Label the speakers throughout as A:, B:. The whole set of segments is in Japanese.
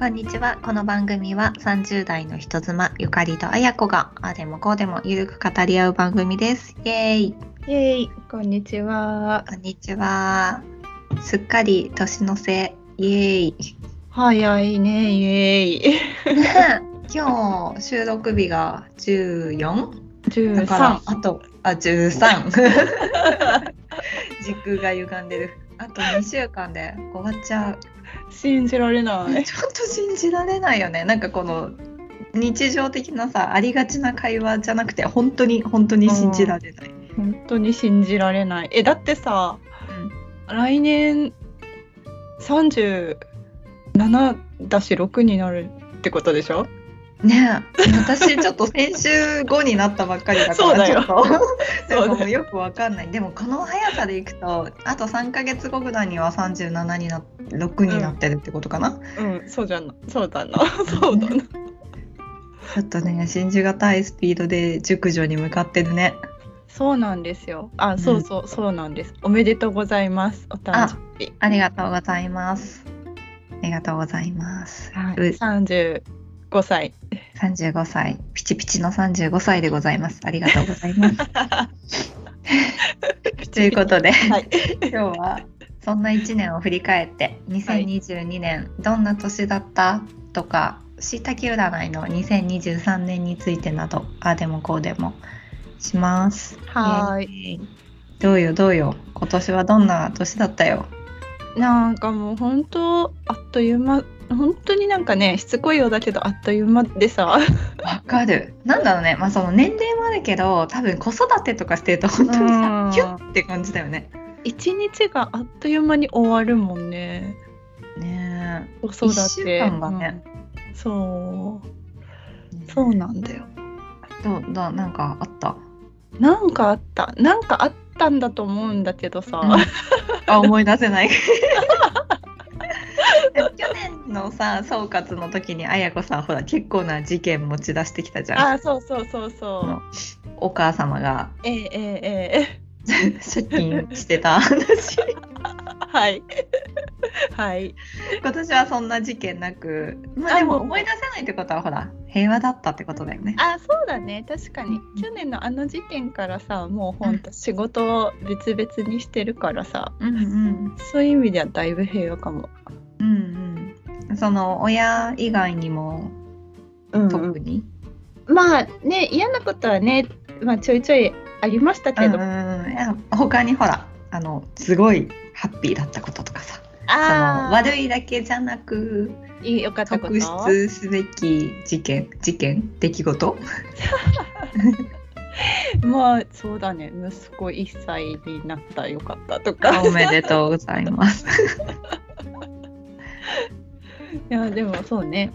A: こんにちは。この番組は30代の人妻ゆかりとあやこがああでもこうでもゆるく語り合う番組です。イエーイ。
B: イエイこんにちは。
A: こんにちは。すっかり年の瀬。イエーイ。
B: 早いね、イエイ。
A: 今日収録日が 14? だから
B: 13。
A: あとあ13時空が歪んでるあと2週間で終わっちゃう
B: 信じられない。
A: ちょっと信じられないよねなんかこの日常的なさありがちな会話じゃなくて本当に本当に信じられない、
B: 本当に信じられない。え、だってさ、来年37だし6になるってことでしょ
A: ねえ私ちょっと先週5になったばっかりだから
B: そうだよ
A: ちょっと
B: そうだよ
A: なんかもうよくわかんないでもこの速さでいくとあと3ヶ月後ぐらいには37にな6になってるってことかな、
B: うん、そうじゃな。そうだな。 そうだな。
A: ちょっとね信じがたいスピードで熟女に向かってるね
B: そうなんですよ。あ、そうそう、そうなんです。おめでとうございます。お誕生日。
A: ありがとうございますありがとうございます、
B: はい、
A: う
B: 35歳。
A: 35歳ピチピチの35歳でございますありがとうござい ますということで
B: はい。
A: 今日はそんな1年を振り返って2022年どんな年だったとかしいたけ占いの2023年についてなどああでもこうでもします
B: はーい。
A: いどうよどうよ今年はどんな年だったよ
B: なんかもう本当あっという間本当になんかねしつこいようだけどあっという間でさ
A: わかるなんだろうねまあその年齢もあるけど多分子育てとかしてると本当に
B: う
A: さ
B: ん
A: キュッって感じだよね
B: 一日があっという間に終わるもんね
A: ね
B: 子育て
A: 一週間がね
B: うんそう
A: え
B: そうなんだよ
A: どうだなんかあった
B: なんかあったなんかあったんだと思うんだけどさ、
A: うんあ思い出せない でも去年のさ総括の時に綾子さんほら結構な事件持ち出してきたじゃん
B: あそうそうそうそう、
A: うんお母様が
B: えええええ
A: 借金してた話
B: えはい はい
A: 今年はそんな事件なくまあ
B: あ
A: でも
B: もう
A: 思い出せないってことはほら平和だったってことだよね
B: あそうだね確かに去年のあの時点からさもうほんと仕事を別々にしてるからさ、
A: うんうん
B: そういう意味ではだいぶ平和かも。
A: うんうんその親以外にも特に、
B: まあね嫌なことはね、まあ、ちょいちょいありましたけど、
A: う
B: あ
A: んうんいや他にほらあのすごいハッピーだったこととかさその
B: あ
A: 悪いだけじゃなく
B: ーいいよかったこと
A: 特筆すべき事件事件出来事
B: まあそうだね息子1歳になったよかったとか
A: おめでとうございます。
B: いやでもそうね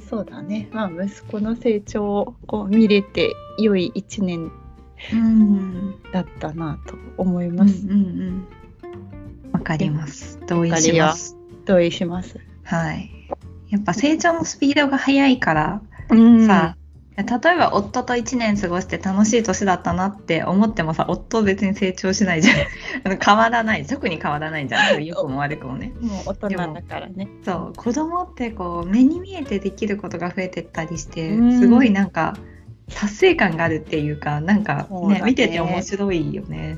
B: そそうだねまあ息子の成長をこう見れて良い1年
A: うん
B: だったなと思い
A: うんう
B: ます、
A: んわかります。同意します。
B: 同意します
A: はい。やっぱ成長のスピードが速いから
B: うん
A: さ、例えば夫と1年過ごして楽しい年だったなって思ってもさ夫別に成長しないじゃん あの変わらない特に変わらないじ ゃん良くも悪くもね
B: もう大人だからね
A: そう子供ってこう目に見えてできることが増えてったりして
B: うん
A: すごいなんか達成感があるっていうかなんか
B: そう
A: ね
B: だね
A: 見てて面白いよね。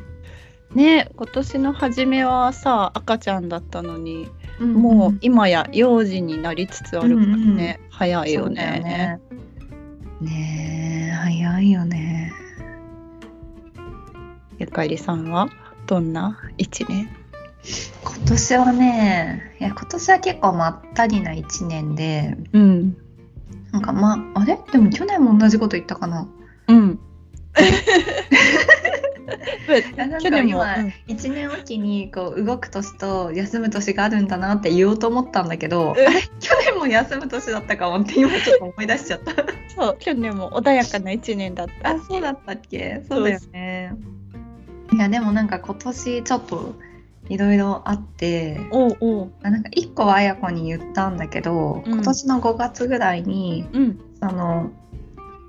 B: ね今年の初めはさ赤ちゃんだったのにもう今や幼児になりつつあるからね、早いよね。
A: そうだよねねえ早いよね。
B: ゆかりさんはどんな一年？
A: 今年はねいや今年は結構まったりな1年で
B: うん、
A: なんかまああれでも去年も同じこと言ったかな。
B: うん。
A: やなんか
B: 去年も、
A: 今1年おきにこう動く年と休む年があるんだなって言おうと思ったんだけど、
B: うん
A: あれ去年も休む年だったかもって今ちょっと思い出しちゃった
B: うんそう去年も穏やかな一年だった。
A: あそうだったっけそうだよねいやでもなんか今年ちょっといろいろあって
B: おうおう。
A: あなんか1個は綾子に言ったんだけど、
B: うん
A: 今年の5月ぐらいに
B: うん。
A: その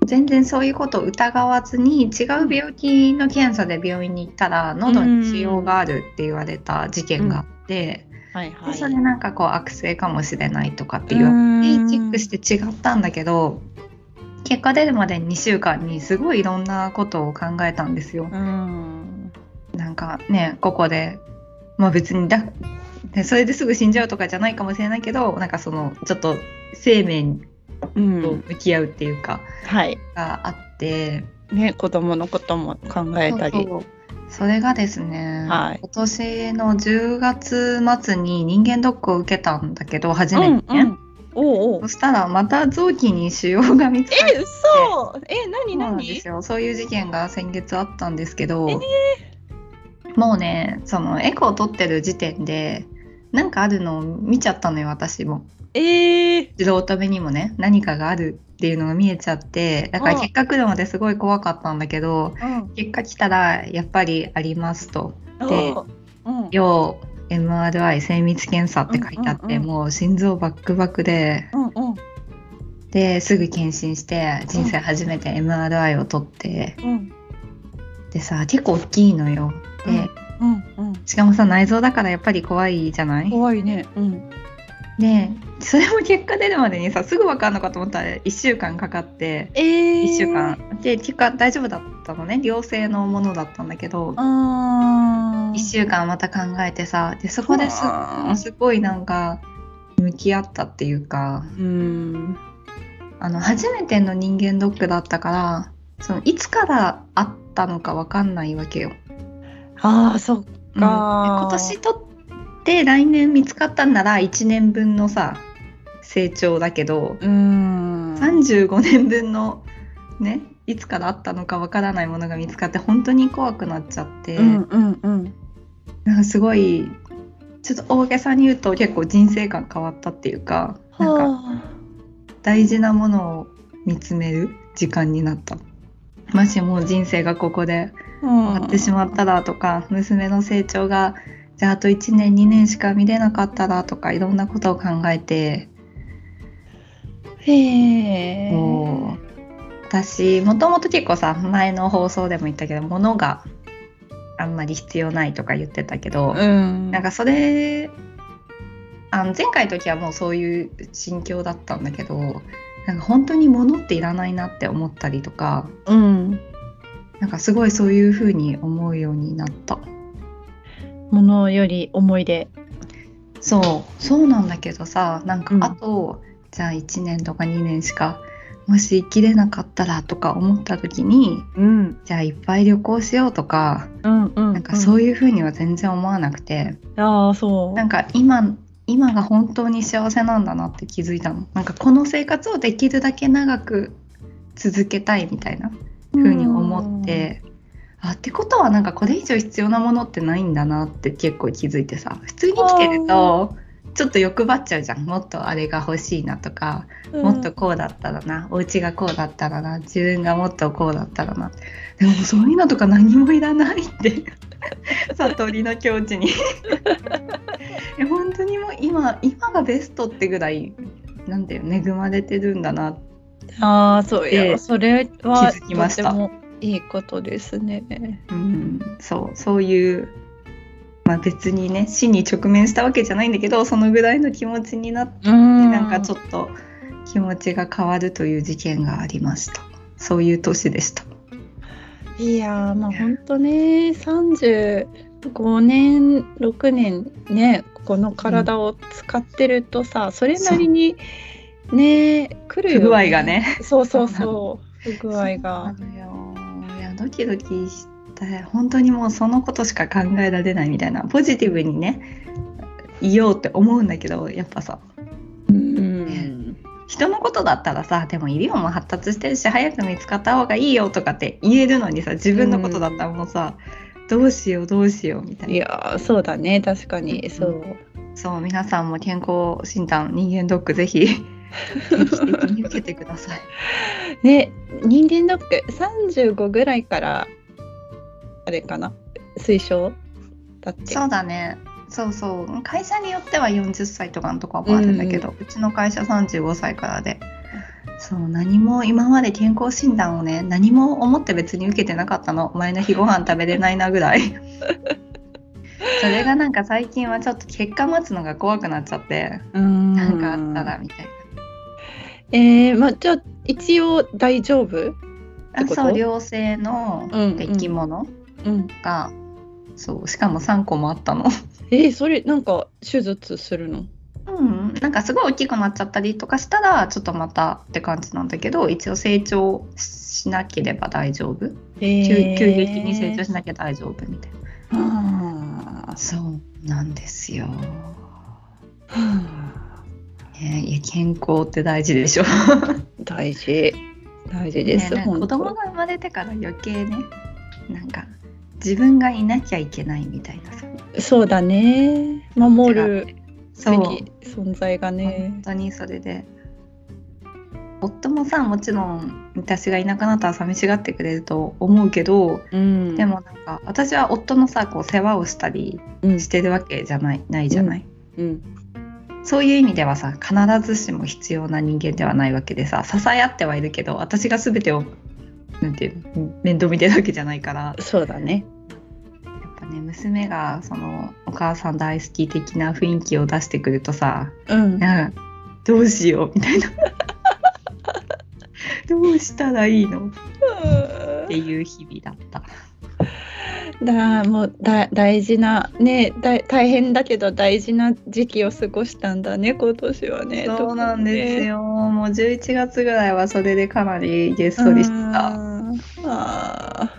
A: 全然そういうことを疑わずに違う病気の検査で病院に行ったら喉に腫瘍があるって言われた事件があって、
B: はいは
A: で
B: い
A: それなんかこう悪性かもしれないとかっていうう
B: ーん
A: チェックして違ったんだけど結果出るまで2週間にすごいいろんなことを考えたんですよ。
B: うん
A: なんかねここでまあ別にだでそれですぐ死んじゃうとかじゃないかもしれないけどなんかそのちょっと生命
B: うん
A: と向き合うっていうか、
B: はい
A: があって
B: ね子供のことも考えたり
A: そうそれがですね、
B: はい
A: 今年の10月末に人間ドックを受けたんだけど初め
B: う
A: て
B: ん
A: ね、
B: うんおうおう
A: そしたらまた臓器に腫瘍が見つかって
B: えそうえ
A: そ
B: 何
A: うなんで
B: 何
A: すよそういう事件が先月あったんですけど、もうねそのエコを取ってる時点でなんかあるのを見ちゃったのよ私も
B: えー、
A: 自動止めにもね何かがあるっていうのが見えちゃってだから
B: うん
A: 結果来るまですごい怖かったんだけど
B: うん
A: 結果来たらやっぱりありますとで
B: うん
A: 要 MRI 精密検査って書いてあって、
B: うんうんうん
A: もう心臓バックバックで
B: うんうん
A: ですぐ検診して人生初めて MRI を取って
B: うん
A: でさ結構大きいのよで、
B: うんうん
A: しかもさ内臓だからやっぱり怖いじゃない
B: 怖いねうん
A: でそれも結果出るまでにさすぐ分かんのかと思ったら1週間かかって
B: えー、
A: 1週間で結果大丈夫だったのね良性のものだったんだけど
B: あ
A: 1週間また考えてさでそこです
B: あ
A: すごいなんか向き合ったっていうか
B: うん
A: あの初めての人間ドックだったからそのいつからあったのか分かんないわけよ。
B: あーそっ
A: うん、で
B: か
A: 今年取って来年見つかったんなら1年分のさ成長だけど、
B: うん
A: 35年分のねいつからあったのか分からないものが見つかって本当に怖くなっちゃって、
B: うんうんうん
A: なんかすごいちょっと大げさに言うと結構人生観変わったっていうかなんか
B: は
A: 大事なものを見つめる時間になった。もしもう人生がここで
B: あ
A: 終わってしまったらとか、娘の成長がじゃああと1年2年しか見れなかったらとかいろんなことを考えて、
B: へえ
A: もう私もともと結構さ前の放送でも言ったけど物があんまり必要ないとか言ってたけど、
B: うん
A: なんかそれあの前回の時はもうそういう心境だったんだけどなんか本当に物っていらないなって思ったりとか
B: うん
A: なんかすごいそういう風に思うようになった。
B: 物より思い出
A: そうそうなんだけどさなんか
B: うん
A: あと、じゃあ1年とか2年しかもし生きれなかったらとか思った時に
B: うん
A: じゃあいっぱい旅行しようとか、
B: うんうん
A: なんかそう
B: い
A: いう風には全然思わなくて、
B: うんああそう
A: なんか今今が本当に幸せなんだなって気づいたのなんかこの生活をできるだけ長く続けたいみたいな風に思って。あってことはなんかこれ以上必要なものってないんだなって結構気づいてさ普通に生きてるとちょっと欲張っちゃうじゃんもっとあれが欲しいなとか、
B: うん
A: もっとこうだったらなお家がこうだったらな自分がもっとこうだったらなでもそういうのとか何もいらないって 悟りの境 地にいや本当にもう今今がベストってぐらいなんだよ恵まれてるんだなって
B: ああそうい
A: ええ
B: やそれは
A: 気づきました
B: とてもいいことですね
A: うん、そうそういう、まあ、別にね死に直面したわけじゃないんだけどそのぐらいの気持ちになって、
B: うん
A: なんかちょっと気持ちが変わるという事件がありましたそういう年でした
B: いやーまあ本当ね35年6年ねこの体を使ってるとさ、それなりにね来る
A: 不
B: よ、
A: 具合がね
B: そうそ うそう不具合が
A: そうなのよいやドキドキして本当にもうそのことしか考えられないみたいなポジティブにねいようって思うんだけどやっぱさ
B: うん
A: 人のことだったらさでも医療も発達してるし早く見つかった方がいいよとかって言えるのにさ自分のことだったらもうさ、どうしようどうしようみたいない
B: やーそうだね確か
A: うん
B: にそう
A: そう皆さんも健康診断人間ドックぜひ定期的に受けてください
B: ね人間ドック35ぐらいからあれかな推奨だって
A: そうだねそうそう会社によっては40歳とかのとこもあるんだけど、うちの会社35歳からでそう何も今まで健康診断をね何 も思って別に受けてなかったの前の日ご飯食べれないなぐらいそそれがなんか最近はちょっと結果待つのが怖くなっちゃって、な
B: なん
A: かあったらみたい
B: えー、まあじゃあ一応大丈夫
A: な。
B: ってこと
A: そう、良性の出来物
B: うん。
A: が、そう、しかも3個もあったの。
B: えー、それなんか手術するの
A: うん、なんかすごい大きくなっちゃったりとかしたらちょっとまたって感じなんだけど一応成長しなければ大丈夫、
B: え
A: 急急激に成長しなきゃ大丈夫みたいな
B: あー
A: そうなんですよ、
B: は
A: ね、いや健康って大事でしょ、
B: あ大事大事で す、
A: ねなんか
B: 本
A: 子
B: 当
A: 供が生まれてから余計ねなんか自分がいなきゃいけないみたいなさ
B: そうだね守るべ
A: そう
B: き存在が
A: 本
B: ね
A: 当にそれで夫もさもちろん私がいなくなったら寂しがってくれると思うけど
B: うん
A: でもなんか私は夫のさこう世話をしたり
B: うん
A: してるわけじゃないないじゃない、
B: うん
A: そういう意味ではさ必ずしも必要な人間ではないわけでさ支え合ってはいるけど私が全てをなんていうの面倒見てるわけじゃないから
B: そうだね
A: やっぱね娘がそのお母さん大好き的な雰囲気を出してくるとさ
B: うん
A: なんかどうしようみたいな どうしたらいいのっていう日々だった。
B: だもうだ大事なねだ大変だけど大事な時期を過ごしたんだね今年はね
A: そうなんです
B: よ
A: よ。もう11月ぐらいはそれでかなりげっそりした。
B: あー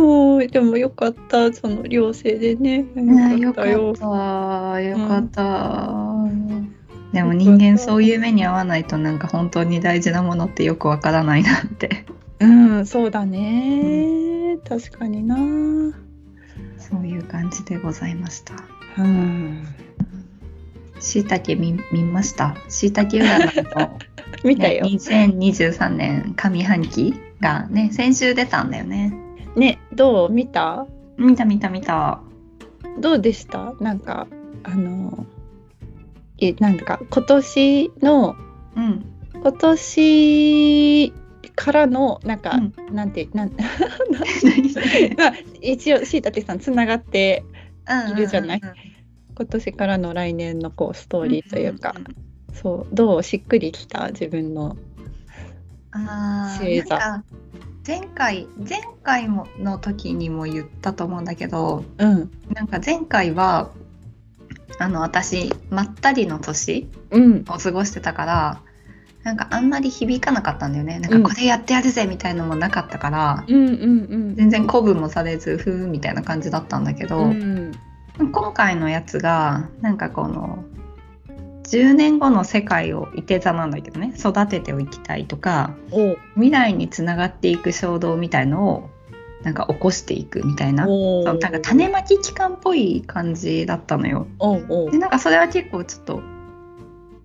B: もうでもよかったその良性でね
A: ね
B: よ
A: よ
B: か
A: か
B: っ
A: ったた
B: よ
A: よかった、でも人間そういう目に遭わないとなんか本当に大事なものってよくわからないなって
B: うんそうだね、確かにな
A: そういう感じでございました
B: うん
A: しいたけ見見ましたしいたけ占いの、
B: 見た
A: ね、
B: よ
A: 2023年上半期がね先週出たんだよね
B: ねどう見た
A: 見た見た見た
B: どうでしたなんかあのえなんか今年の
A: うん
B: 今年からのなんか、
A: うん
B: なんてなん
A: 何それ
B: まあ一応しいたけさんつながって
A: うん
B: いるじゃな
A: う
B: い
A: んうんうん
B: 今年からの来年のこうストーリーというか、
A: んんん
B: そうどうしっくりきた自分の
A: あー
B: 星座
A: なんか前回前回もの時にも言ったと思うんだけど
B: うん
A: なんか前回はあの私まったりの年
B: うん
A: を過ごしてたからなんかあんまり響かなかったんだよねな
B: うんん
A: かこれやってやるぜみたいのもなかったから、
B: うんうん
A: 全然鼓舞もされずふーみたいな感じだったんだけ
B: う
A: ど、
B: んうん
A: 今回のやつがなんかこの10年後の世界をいて座なんだけどね育てておきたいとか
B: お
A: 未来につながっていく衝動みたいのをなんか起こしていくみたいなそ
B: お
A: うなんか種まき期間っぽい感じだったのよ
B: おうおう
A: でなんかそれは結構ちょっと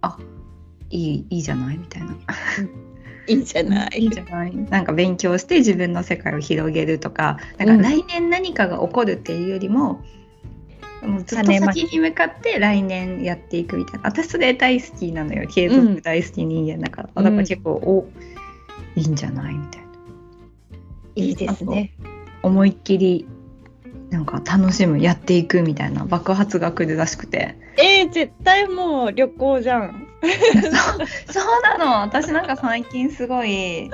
A: あいいいいじゃないみたいない
B: いじゃない
A: いいじゃないなんか勉強して自分の世界を広げるとかなんか来年何かが起こるっていうよりも、もうずっと
B: 種まき
A: 先に向かって来年やっていくみたいな私それ大好きなのよ継続大好き人間だから、
B: うん
A: だから結構おいいんじゃないみたいな。
B: いいですね
A: 思いっきりなんか楽しむやっていくみたいな爆発が来るらしくて
B: えー、絶対もう旅行じゃん
A: そうなの私なんか最近すごい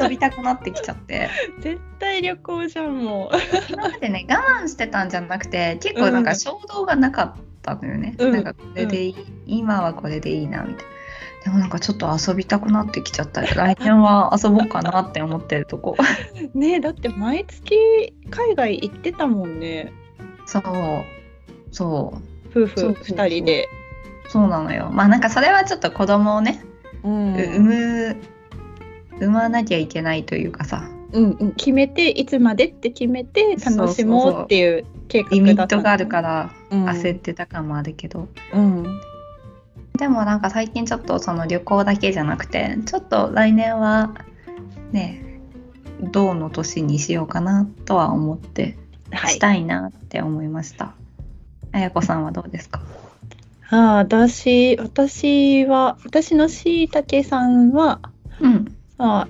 A: 遊びたくなってきちゃって
B: 絶対旅行じゃんもう
A: 今までね我慢してたんじゃなくて結構なんか衝動がなかったのよね、
B: うん
A: なんかこれでいい、今はこれでいいなみたいな。でもなんかちょっと遊びたくなってきちゃったり来年は遊ぼうかなって思ってるとこ
B: ねえだって毎月海外行ってたもんね
A: そうそうそ
B: 夫婦
A: うそうそう
B: 二人で
A: そうなのよまあなんかそれはちょっと子供をね
B: うん
A: 産む産まなきゃいけないというかさ
B: うんうん、決めていつまでって決めて楽しもうっていう計画だった
A: リミットがあるから
B: ら
A: 焦ってた感もあるけど、
B: うん、
A: でもなんか最近ちょっとその旅行だけじゃなくてちょっと来年はね銅の年にしようかなとは思って
B: はい
A: し、たいなって思いました。あやこさんはどうですか？
B: あ私私は私のしいたけさんは
A: うん。
B: あ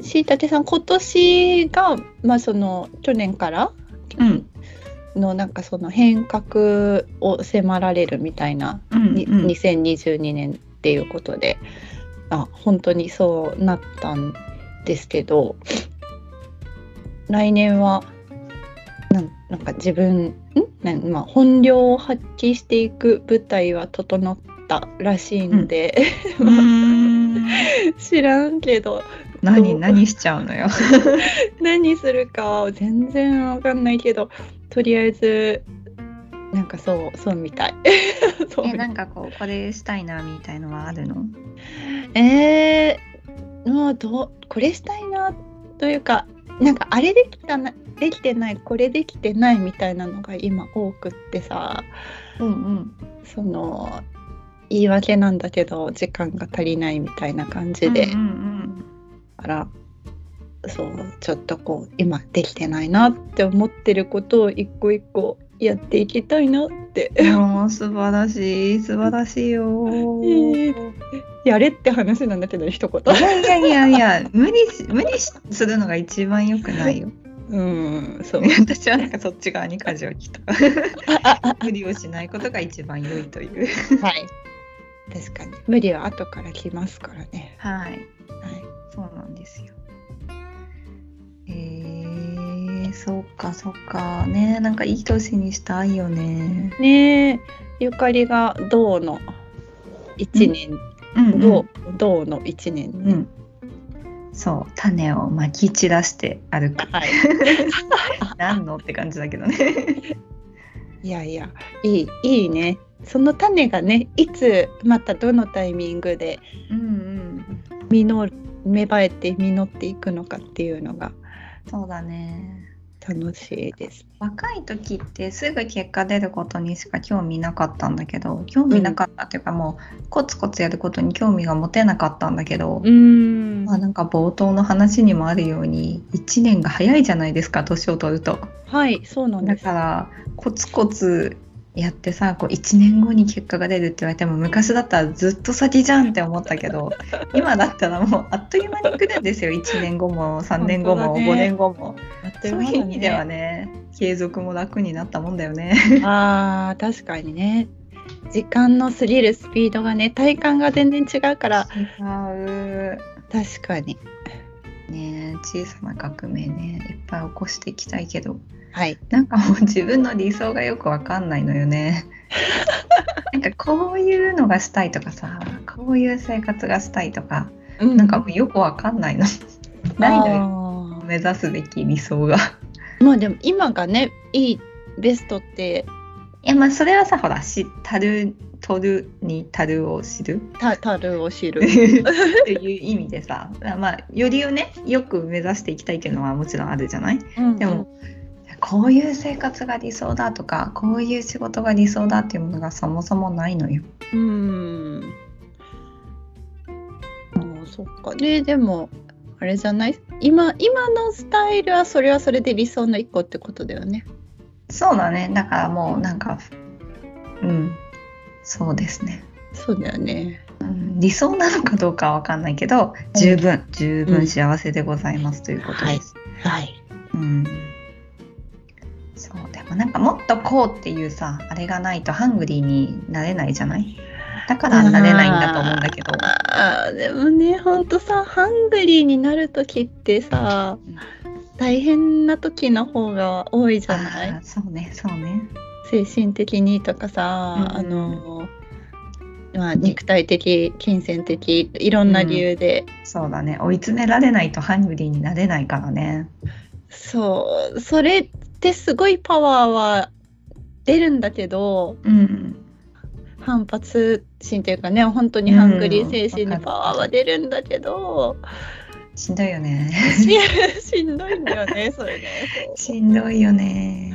B: しいたけさん今年が、まあ、その去年から
A: うん。
B: のなんかその変革を迫られるみたいな、
A: うん
B: に
A: うん
B: 2022年っていうことであ本当にそうなったんですけど来年はなんなんか自分んなん、まあ、本領を発揮していく舞台は整ったらしいんで、
A: う ーん
B: 知らんけど
A: 何何しちゃう のよ。
B: 何するかは全然わかんないけどとりあえずなんかそうそうみたい そうみ
A: え
B: た
A: ないんかこうこれしたいなみたいのはあるの？
B: えー、まあどうこれしたいなというかなんかあれできたなできてないこれできてないみたいなのが今多くってさ
A: うんうん。
B: その言い訳なんだけど時間が足りないみたいな感じで、
A: うんうん
B: からそうちょっとこう今できてないなって思ってることを一個一個やっていきたいなって
A: うん。いやもう素晴らしい素晴らしいよ。
B: ええやれって話なんだけど一言
A: いやいやいやいや無理し無理しするのが一番良くない よ。
B: うん そう
A: 私はなんかそっち側に舵を切った。 無理をしないことが一番良いという。
B: はい確かに無理は後から来ますからね
A: はい。
B: はい
A: そうなんですよ。えー、そっかそっか。ねなんかいい年にしたいよね。
B: ねえゆかりが銅の一年
A: うん
B: 銅銅の一年
A: う
B: ね
A: ん。そう、種をまき散らして歩く。
B: はい
A: 何のって感じだけどね。
B: いやいやいいいいねその種がねいつまたどのタイミングで
A: うんうん。
B: 実る芽生えて実っていくのかっていうのが
A: そうだね。
B: 楽しいです。
A: 若い時ってすぐ結果出ることにしか興味なかったんだけど興味なかったっていうか、もうコツコツやることに興味が持てなかったんだけど、
B: ん
A: まあ、なんか冒頭の話にもあるように1年が早いじゃないですか年を取ると。
B: はい、そうなん
A: だ
B: です。
A: からコツコツやってさこう1年後に結果が出るって言われても昔だったらずっと先じゃんって思ったけ ど今だったらもうあっという間に来るんですよ1年後も3年後
B: 本当
A: も
B: だね
A: 5年後も、
B: あっと
A: そう
B: 間だ
A: いう意味では。ね継続も楽になったもんだよね。
B: ああ、確かにね。時間の過ぎるスピードがね、体感が全然違うから、
A: 違う
B: 確かに。
A: ねえ小さな革命ねいっぱい起こしていきたいけど
B: はい。
A: なんかもう自分の理想がよくわかんないのよ ね。なんかこういうのがしたいとかさこういう生活がしたいとかなんかもうよくわかんないの。ないのよ
B: よ。
A: 目指すべき理想が。い
B: まあでも今がね、いいベストって、
A: やまあそれはさほら知たる取るにたるを知る
B: た、たるを知
A: っ
B: る
A: て。いう意味でさまあよりをねよく目指していきたいっていうのはもちろんあるじゃないでも、こういう生活が理想だとかこういう仕事が理想だっていうものがそもそもないのよ。
B: うん。ああ、そっか。で、でも、あれじゃない今、今のスタイルはそれはそれで理想の一個ってことだよね。
A: そうだねだからもうなんかうんそうですね、
B: そうだよね。
A: うん理想なのかどうかは分かんないけど十分、十分幸せでございますということです。
B: はい。
A: うんそうでもなんかもっとこうっていうさあれがないとハングリーになれないじゃないだからなれないんだと思うんだけど。
B: あーでもね、ほんとさ、ハングリーになる時ってさ、大変な時の方が多いじゃな
A: あ
B: い
A: ーそうねそうね。
B: 精神的にとかさ、
A: うん
B: あの、まあ、肉体的、金銭的、いろんな理由で、
A: そうだね追い詰められないとハングリーになれないからね
B: そう、それってすごいパワーは出るんだけど、
A: うん
B: 反発心というかね、本当にハングリ
A: うん
B: ー精神にパワーは出るんだけど、
A: しんどいよね
B: ししんどいんだよね、それね。そう
A: しんどいよね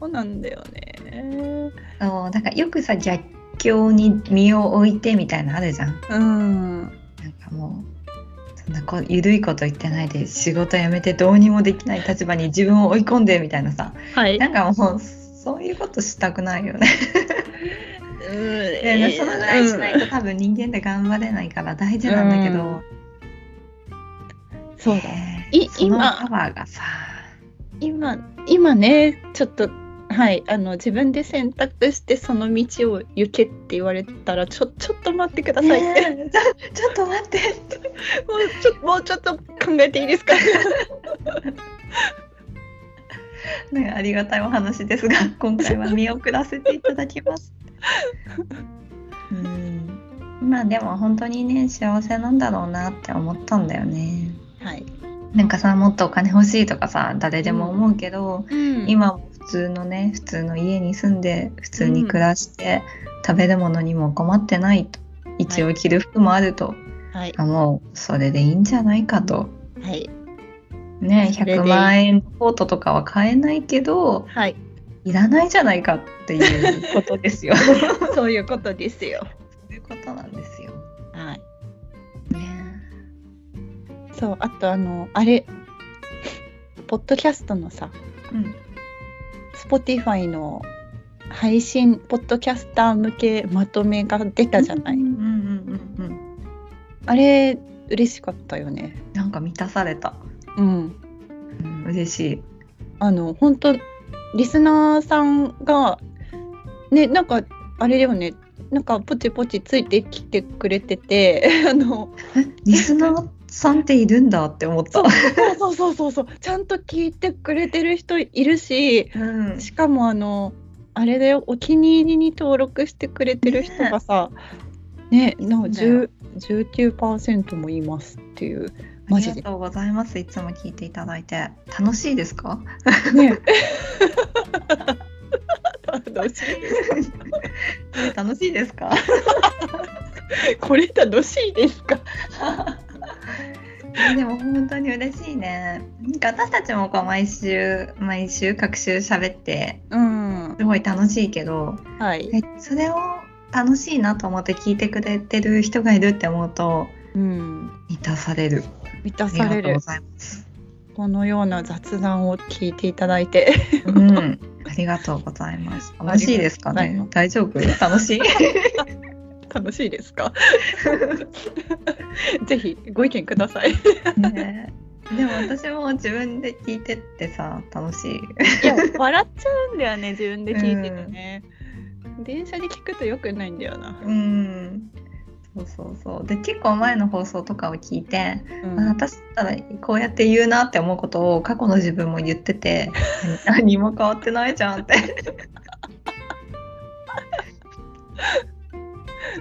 B: そうなんだよね。
A: そうだからよくさ逆境に身を置いてみたいなのあるじゃん
B: うん。
A: なんかもうそんなこう緩いこと言ってないで仕事辞めてどうにもできない立場に自分を追い込んでみたいなさ
B: はい。
A: なんかもうそういうことしたくないよねいやいや そのぐらいしないと多分人間で頑張れないから大事なんだけど、
B: そうだ。
A: ね
B: い
A: その
B: 今
A: パワーがさ
B: 今今ねちょっとはい、あの自分で選択してその道を行けって言われたらちょちょっと待ってくださいって、
A: ねえちょちょっと待ってって
B: もうちょもうちょっと考えていいで すか
A: ねありがたいお話ですが今回は見送らせていただきます。うんまあでも本当にね幸せなんだろうなって思ったんだよね。
B: はい、
A: なんかさもっとお金欲しいとかさ誰でも思うけど、今も普通のね普通の家に住んで普通に暮らして、食べるものにも困ってないと一応着る服もあると、
B: はい
A: あもうそれでいいんじゃないかと。
B: はい
A: ね、
B: それでいい
A: 100万円のコートとかは買えないけど
B: はい
A: いらないじゃないかっていうことです よ。そう
B: そういうことですよ。
A: いうことなんですよ。
B: はい、
A: ね、
B: そうあとあのあれポッドキャストのさ
A: うん、
B: Spotify の配信ポッドキャスター向けまとめが出たじゃない、
A: うんうんうんうん。
B: あれ嬉しかったよね
A: なんか満たされた。
B: うん
A: うん、嬉しい。
B: あの本当リスナーさんがねなんかあれだよねなんかポチポチついてきてくれてて あの
A: えリスナーさんっているんだって思った。
B: そうそうそうそうちゃんと聞いてくれてる人いるし
A: うん
B: しかもあのあれだよお気に入りに登録してくれてる人がさ ねなんか
A: そうだよ
B: 10 19%もいますっていう
A: あ
B: マ
A: り
B: ジ
A: が
B: で
A: とうございます。いつも聞いていただいて楽しいですか？
B: ね 楽し
A: 楽しいですか？
B: いこれ楽しいですか
A: でも本当に嬉しいね。なんか私たちもこう毎週毎週各週喋って
B: うん
A: すごい楽しいけど、
B: はい
A: えそれを楽しいなと思って聞いてくれてる人がいるって思うと
B: うん
A: 満たされる。
B: 満た
A: あり
B: さ
A: が
B: れ
A: とう
B: る
A: ございます。
B: このような雑談を聞いていただいて
A: うん、ありがとうございます。楽しいですか
B: ありが
A: ね
B: とう。
A: 大丈夫？楽しい。
B: 楽しいですか ぜひご意見くださいい
A: ねえ でも私も自分で聞いてってさ楽しい
B: や笑っちゃうんだよね自分で聞いててね、電車で聞くとよくないんだよな、
A: うんそうそうそうで結構前の放送とかを聞いて、
B: うん
A: あ私だったらこうやって言うなって思うことを過去の自分も言って て何も変わってないじゃん って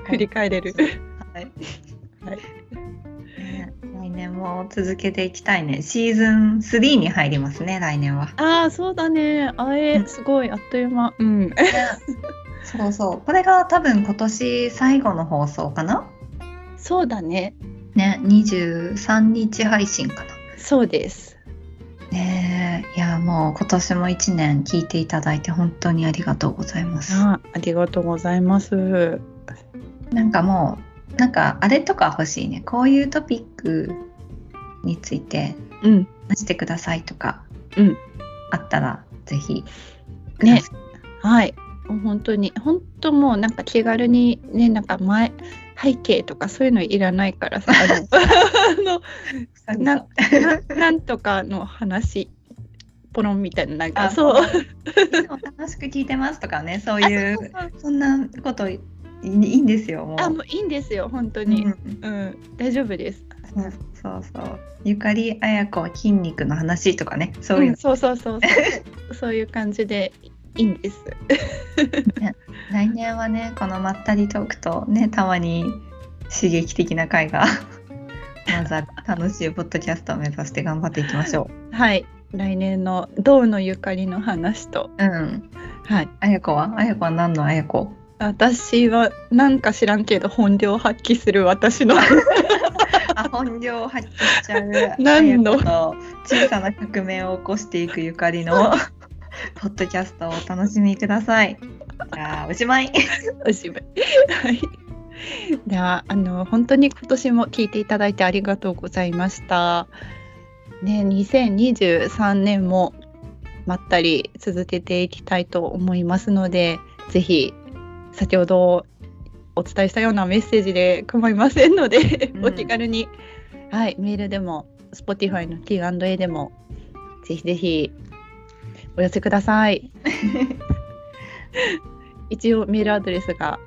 B: 振り返れる
A: はい、
B: はい
A: ねえ来年も続けていきたいねシーズン3に入りますね来年は
B: ああそうだねあ
A: う
B: え
A: ん
B: すごいあっという間うん
A: そうそうこれが多分今年最後の放送かな
B: そうだね
A: ね、23日配信かな。
B: そうです
A: ねえ、いやもう今年も1年聞いていただいて本当にありがとうございます。
B: あーありがとうございます
A: なんかもうなんかあれとか欲しいね。こういうトピックについて
B: うん
A: 話してくださいとか、
B: うん
A: あったらぜひくだ
B: ね
A: さい。
B: はい、本当に本当もうなんか気軽にねなんか前背景とかそういうのいらないから さあのあのなななんとかの話ポロンみたいななんか
A: あ
B: そう
A: そういつも楽しく聞いてますとかね、そうい
B: あそう
A: う
B: そう
A: そんなこといいいんですよもう。
B: あもういいんですよ本当に、
A: う
B: うんん大丈夫です、、
A: そうそうそう。ゆかりあやこ筋肉の話とかね、そうういうん
B: そうそうそうそう そういう感じでいいんです
A: 来年はねこのまったりトークとねたまに刺激的な回 がまずは楽しいポッドキャストを目指して頑張っていきましょ
B: はい来年の銅のゆかりの話と
A: ううん
B: はい
A: あやこはあやこは何のあやこ
B: 私はなんか知らんけど本領発揮する 私の
A: あ本領を発揮しちゃう
B: 何の
A: あやこと小さな革命を起こしていくゆかりの ポッドキャストをお楽しみくださいじゃあおしまい
B: おしまい。はい。ではあの本当に今年も聞いていただいてありがとうございました。ね2023年もまったり続けていきたいと思いますので、ぜひ先ほどお伝えしたようなメッセージで構いませんので、
A: うん
B: お気軽にはいメールでも Spotify の Q&A でもぜひぜひお寄せくださ い。一応メールアドレスが、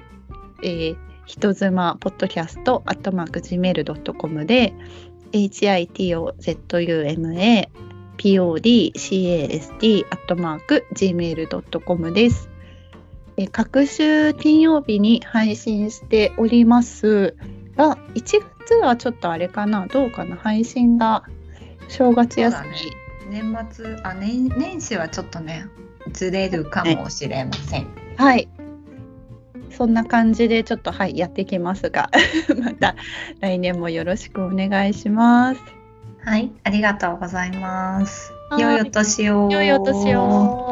B: えー、人妻ポッドキャストアットマーク Gmail.com で hitozuma podcast アットマーク Gmail.com です。えー各週金曜日に配信しておりますが1月はちょっとあれかなどうかな配信が正月休み、
A: そうだね年末あ年年始はちょっとねずれるかもしれません。
B: はい。そんな感じでちょっとはいやっていきますが、 また来年もよろしくお願いします。
A: はい、ありがとうございます
B: は。い
A: 良いお年を。
B: 良いお年を。